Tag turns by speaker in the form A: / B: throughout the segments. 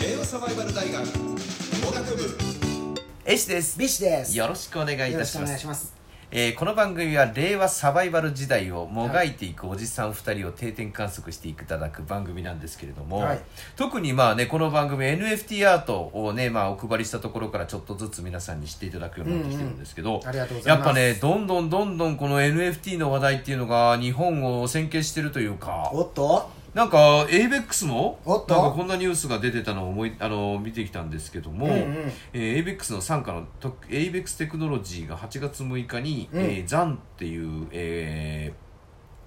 A: 令和サバイバル大学農学部
B: エシです
C: ビシです。
B: よろしくお願いい
C: よ
B: た
C: ろし
B: し
C: くお
B: ま
C: 願い
B: す
C: します。
B: えーこの番組は令和サバイバル時代をもがいていくおじさん2人を定点観測していただく番組なんですけれども、
C: はい
B: 特にまあねこの番組 NFT アートをね、まあ、お配りしたところからちょっとずつ皆さんに知っていただくようになってきてるんですけど、
C: んありがとうござ
B: や
C: い
B: っ
C: ます
B: ぱねどんどんどんどんこの NFT の話題っていうのが日本を先見してるというか
C: おっと、
B: なんか ABEX も
C: おっと
B: なんかこんなニュースが出てたのを思いあの見てきたんですけども、
C: うんうん
B: えー、ABEX の傘下のと ABEX テクノロジーが8月6日に、
C: うん
B: えー、ザンっていう、えー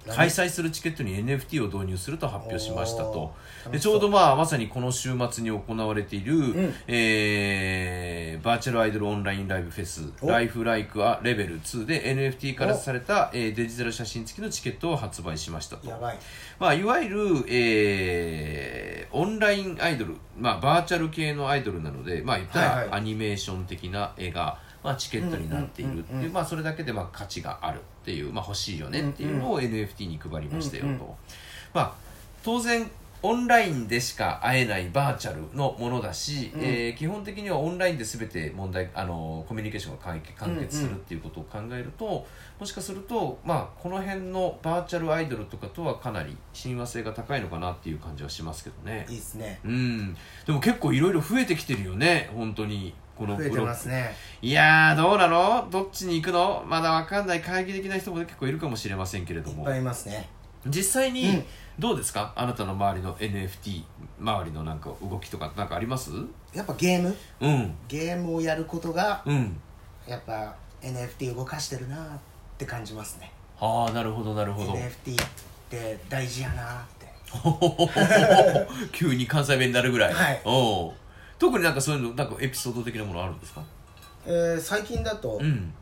C: 何
B: 開催するチケットに NFT を導入すると発表しましたと
C: おー
B: で
C: 楽し
B: ち
C: そう
B: ょうど、まあ、まさにこの週末に行われている、
C: ん
B: えーバーチャルアイドルオンラインライブフェス「
C: お
B: ライフライクはレベル2で NFT からされた、えーデジタル写真付きのチケットを発売しましたと。
C: やばい。
B: まあ、いわゆる、えーオンラインアイドル、まあ、バーチャル系のアイドルなので、まあ、言った
C: はい
B: ら
C: は
B: アニメーション的な絵が、まあ、チケットになっているっていう、まあ、それだけでまあ価値があるっていう、まあ、欲しいよねっていうのを NFT に配りましたよと、
C: うんうん
B: まあ、当然オンラインでしか会えないバーチャルのものだし、えー基本的にはオンラインで全て問題あのコミュニケーションが完結完結するっていうことを考えると、もしかすると、まあ、この辺のバーチャルアイドルとかとはかなり親和性が高いのかなっていう感じはしますけどね
C: いいですね。
B: うんでも結構いろいろ増えてきてるよね本当にこの
C: 増
B: ブ
C: えて
B: ロ
C: ま
B: ッ
C: す
B: ク
C: ね。
B: いやーどうなのどっちに行くのまだわかんない懐疑的な人も結構いるかもしれませんけれど
C: い
B: も
C: っぱいいますね。
B: 実際
C: う
B: に
C: ん
B: どうですか、あなたの周りの NFT 周りのなんか動きとかなんかありますう
C: やっぱゲーム、
B: ん
C: ゲームをやることが、
B: うん
C: やっぱ NFT 動かしてるなって感じますね。
B: ああなるほどなるほど
C: NFT って大事やなって。
B: 急に関西弁になるぐらい、
C: はい
B: おう特になんかそういうのなんかエピソード的なものあるんですか
C: えー最近だと、
B: うん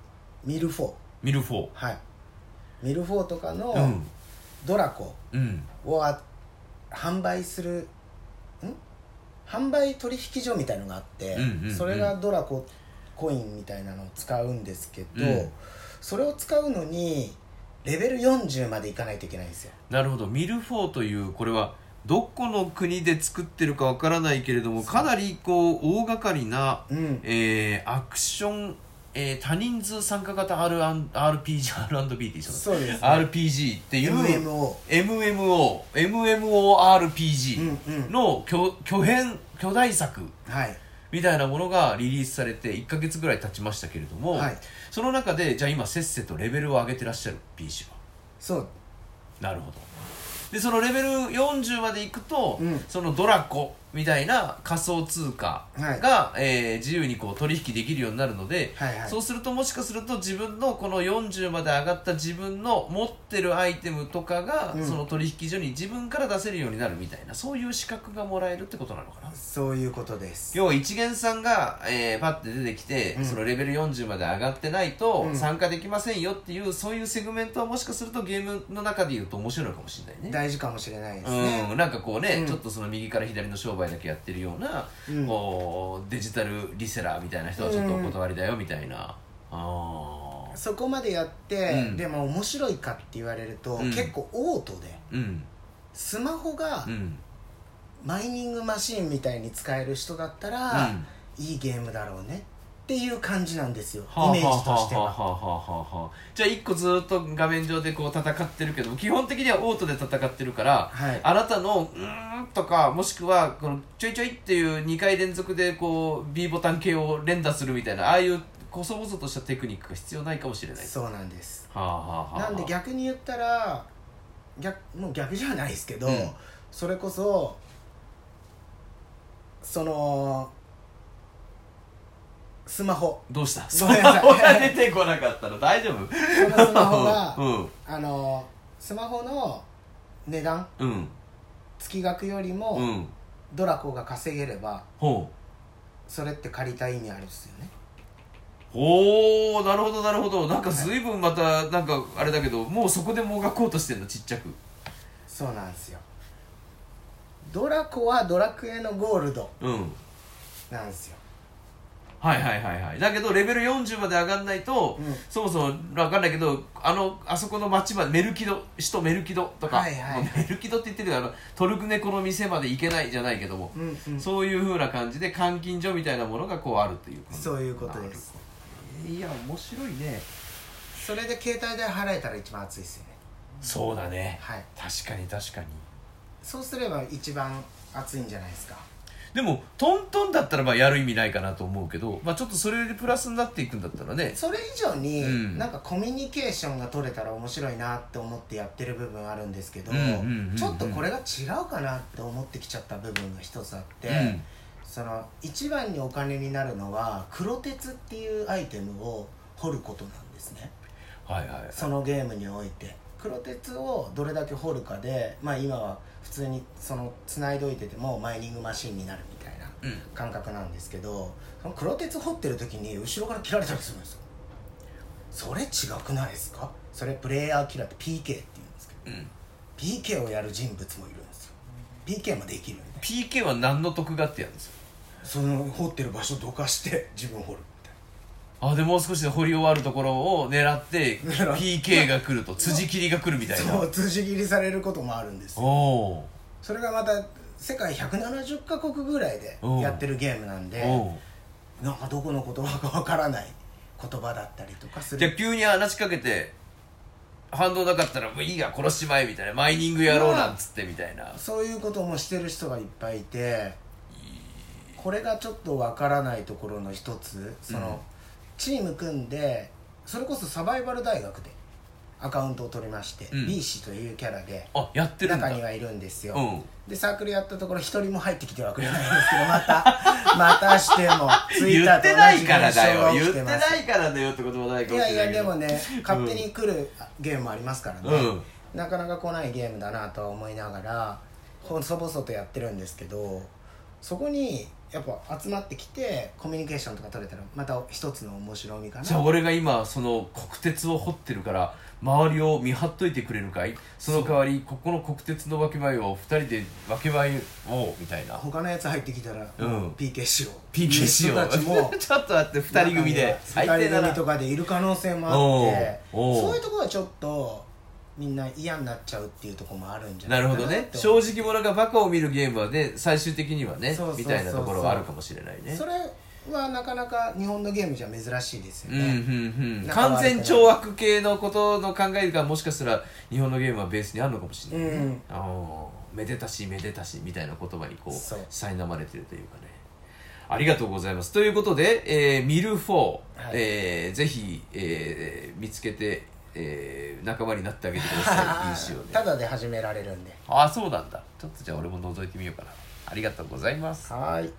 C: ミルフォー、
B: ミルフォー
C: はい、ミルフォーとか
B: う
C: の
B: ん
C: ドラコ
B: うん
C: をあ販売する、ん？販売取引所みたいのがあって、
B: うんうんうん
C: それがドラココインみたいなのを使うんですけ
B: う
C: ど、
B: ん
C: それを使うのにレベル40までいかないといけないんですよ
B: なるほどミルフォーというこれはどこの国で作ってるかわからないけれどもかなりこう大掛かりな、
C: うん
B: えーアクション、えー多人数参加型 R RPG R&B って言いそう
C: そうです、ね、
B: だ RPG っていう
C: MMO
B: MMO MMORPG
C: うんうん
B: の巨巨編巨大作
C: はい
B: みたいなものがリリースされて1か月ぐらい経ちましたけれども、
C: はい
B: その中でじゃあ今せっせとレベルを上げてらっしゃる B 氏は
C: そう
B: なるほどでそのレベル40までいくと、
C: うん
B: そのドラコみたいな仮想通貨が、えー自由にこう取引できるようになるので、
C: はいはい
B: そうするともしかすると自分のこの40まで上がった自分の持ってるアイテムとかが、
C: うん
B: その取引所に自分から出せるようになるみたいなそういう資格がもらえるってことなのかな
C: そういうことです
B: 要は一元さんが、えーパッて出てきて、
C: うん
B: そのレベル40まで上がってないと
C: うん
B: 参加できませんよっていう、そういうセグメントはもしかするとゲームの中で言うと面白いのかもしれないね。
C: 大事かもしれないですね
B: うん、なんかこうね、
C: うん
B: ちょっとその右から左の商売だけやってるような、
C: うん
B: こうデジタルリセラーみたいな人はちょっとお断りだよみたいな、あ
C: そこまでやって、
B: うん
C: でも面白いかって言われると、
B: うん
C: 結構オートで
B: ーうん
C: スマホが
B: うん
C: マイニングマシンみたいに使える人だったら、いいゲームだろうねっていう感じなんですよイメージとして
B: は
C: は
B: あはあはあはあはあじゃあ一個ずっと画面上でこう戦ってるけど基本的にはオートで戦ってるから、
C: はい
B: あなたの「うーん」とかもしくはこの「ちょいちょい」っていう2回連続でこう B ボタン系を連打するみたいなああいう細々としたテクニックが必要ないかもしれない
C: そうなんです
B: はあはあはあはあ
C: なんで逆に言ったら逆もう逆じゃないですけど、
B: うん
C: それこそそのスマホ
B: どうした
C: ごめんなさい
B: そんな出てこなかったの大丈夫
C: そのスマホが、
B: うん
C: あのスマホの値段
B: うん
C: 月額より
B: う
C: も
B: ん
C: ドラコが稼げれば
B: ほう
C: それって借りた意味あるっすよね
B: おーなるほどなるほどなんか随分またなんかあれだけどもうそこでもがこうとしてんのちっちゃく
C: そうなんですよドラコはドラクエのゴールド
B: うん
C: なんですよ
B: はいはいはいはいだけどレベル40まで上がんないと、
C: うん
B: そもそも分かんないけどあのあそこの町までメルキド首都メルキドとか、
C: はいはい
B: もうメルキドって言ってるけどあのトルクネコの店まで行けないじゃないけども、
C: うんうん
B: そういうふうな感じで監禁所みたいなものがこうあるっていう感じ
C: そういうことです
B: なるほどいや面白いね
C: それで携帯代払えたら一番熱いですよね
B: そうだね
C: はい
B: 確かに確かに
C: そうすれば一番熱いんじゃないですか
B: でもトントンだったらまあやる意味ないかなと思うけど、まあ、ちょっとそれよりプラスになっていくんだったらね
C: それ以上に、
B: うん
C: なんかコミュニケーションが取れたら面白いなって思ってやってる部分あるんですけど、
B: うんうんうんうん
C: ちょっとこれが違うかなって思ってきちゃった部分が一つあって、
B: うん
C: その一番にお金になるのは黒鉄っていうアイテムを掘ることなんですね
B: はいはいはい
C: そのゲームにおいて黒鉄をどれだけ掘るかでまあ今は普通にその繋いどいててもマイニングマシンになるみたいな
B: うん
C: 感覚なんですけどその黒鉄掘ってる時に後ろから切られたりするんですよそれ違くないですかそれプレイヤーキラーって PK って言うんです
B: うん
C: けど PK をやる人物もいるんですよ PK もできるんで
B: PK は何の得がってやるんですよ
C: その掘ってる場所どかして自分掘る
B: あでもう少しで掘り終わるところを狙って
C: 狙っ
B: PK が来ると辻切りが来るみ
C: み
B: た
C: たい
B: い
C: な
B: な
C: そう辻切りされることもあるんですよ
B: お
C: それがまた世界170カ国ぐらいでやってるゲームなん
B: ー
C: で
B: お
C: なんかどこの言葉かわからない言葉だったりとかす
B: ーじゃあ
C: る
B: 急に話しかけて反動なかったらもういいや殺しまえみたいなマイニングやろうなんつってみたいな
C: そういうこともしてる人がいっぱいいてこれがちょっとわからないところの一つその、
B: うん
C: チーム組んでそれこそサバイバル大学でアカウントを取りまして、
B: うん
C: B 氏というキャラで
B: あやってるんだ
C: 中にはいるんですよ、
B: うん
C: でサークルやったところ一人も入ってきてはくれないんですけどまたまたしてもツイ
B: 言
C: ッター
B: っ
C: と同
B: て
C: じ
B: ないからだ
C: 現象
B: よ
C: が起
B: 言っ
C: き
B: てな
C: ま
B: い
C: す
B: からだよってこともないか
C: い
B: もし
C: や
B: れ
C: い
B: ない
C: や
B: けど
C: でもね勝手に来るゲームもありますからね、
B: うん
C: なかなか来ないゲームだなとは思いながら細々とやってるんですけどそこにやっぱ集まってきてコミュニケーションとか取れたらまた一つの面白みかな
B: じゃあ俺が今その国鉄を掘ってるから周りを見張っといてくれるかいその代わりここの国鉄の分け前を二人で分け前をみたいな
C: 他のやつ入ってきたら、
B: うん
C: もう PK しよう
B: PK しよう
C: 人たちも
B: ちょっと待って二人組で最
C: 中には
B: 低
C: 二人
B: だ
C: 組
B: な
C: とかでいる可能性もあって
B: おうおう
C: そういうところはちょっとみんな嫌になっちゃうっていうところもあるんじゃな
B: ないる
C: かな
B: ほどね
C: って思
B: 正
C: う
B: 直者がバカを見るゲームはね最終的にはね
C: そうそうそうそう
B: みたいなところはあるかもしれないね
C: それはなかなか日本のゲームじゃ珍しいですよ
B: うんう
C: ね、
B: んうん
C: 仲悪くな
B: 完
C: い
B: 全懲悪系のことの考えがもしかしたら日本のゲームはベースにあるのかもしれないね、
C: うん
B: あーめでたしめでたしみたいな言葉にこう
C: そう
B: 苛まれてるというかねありがとうございますということで、えーミルフォー、
C: はい
B: えーぜひ、えー見つけて、えー仲間になってあげてくだ さいいいしをね
C: ただで始められるんで
B: ああそうなんだちょっとじゃあ俺も覗いてみようかなありがとうございます
C: はーい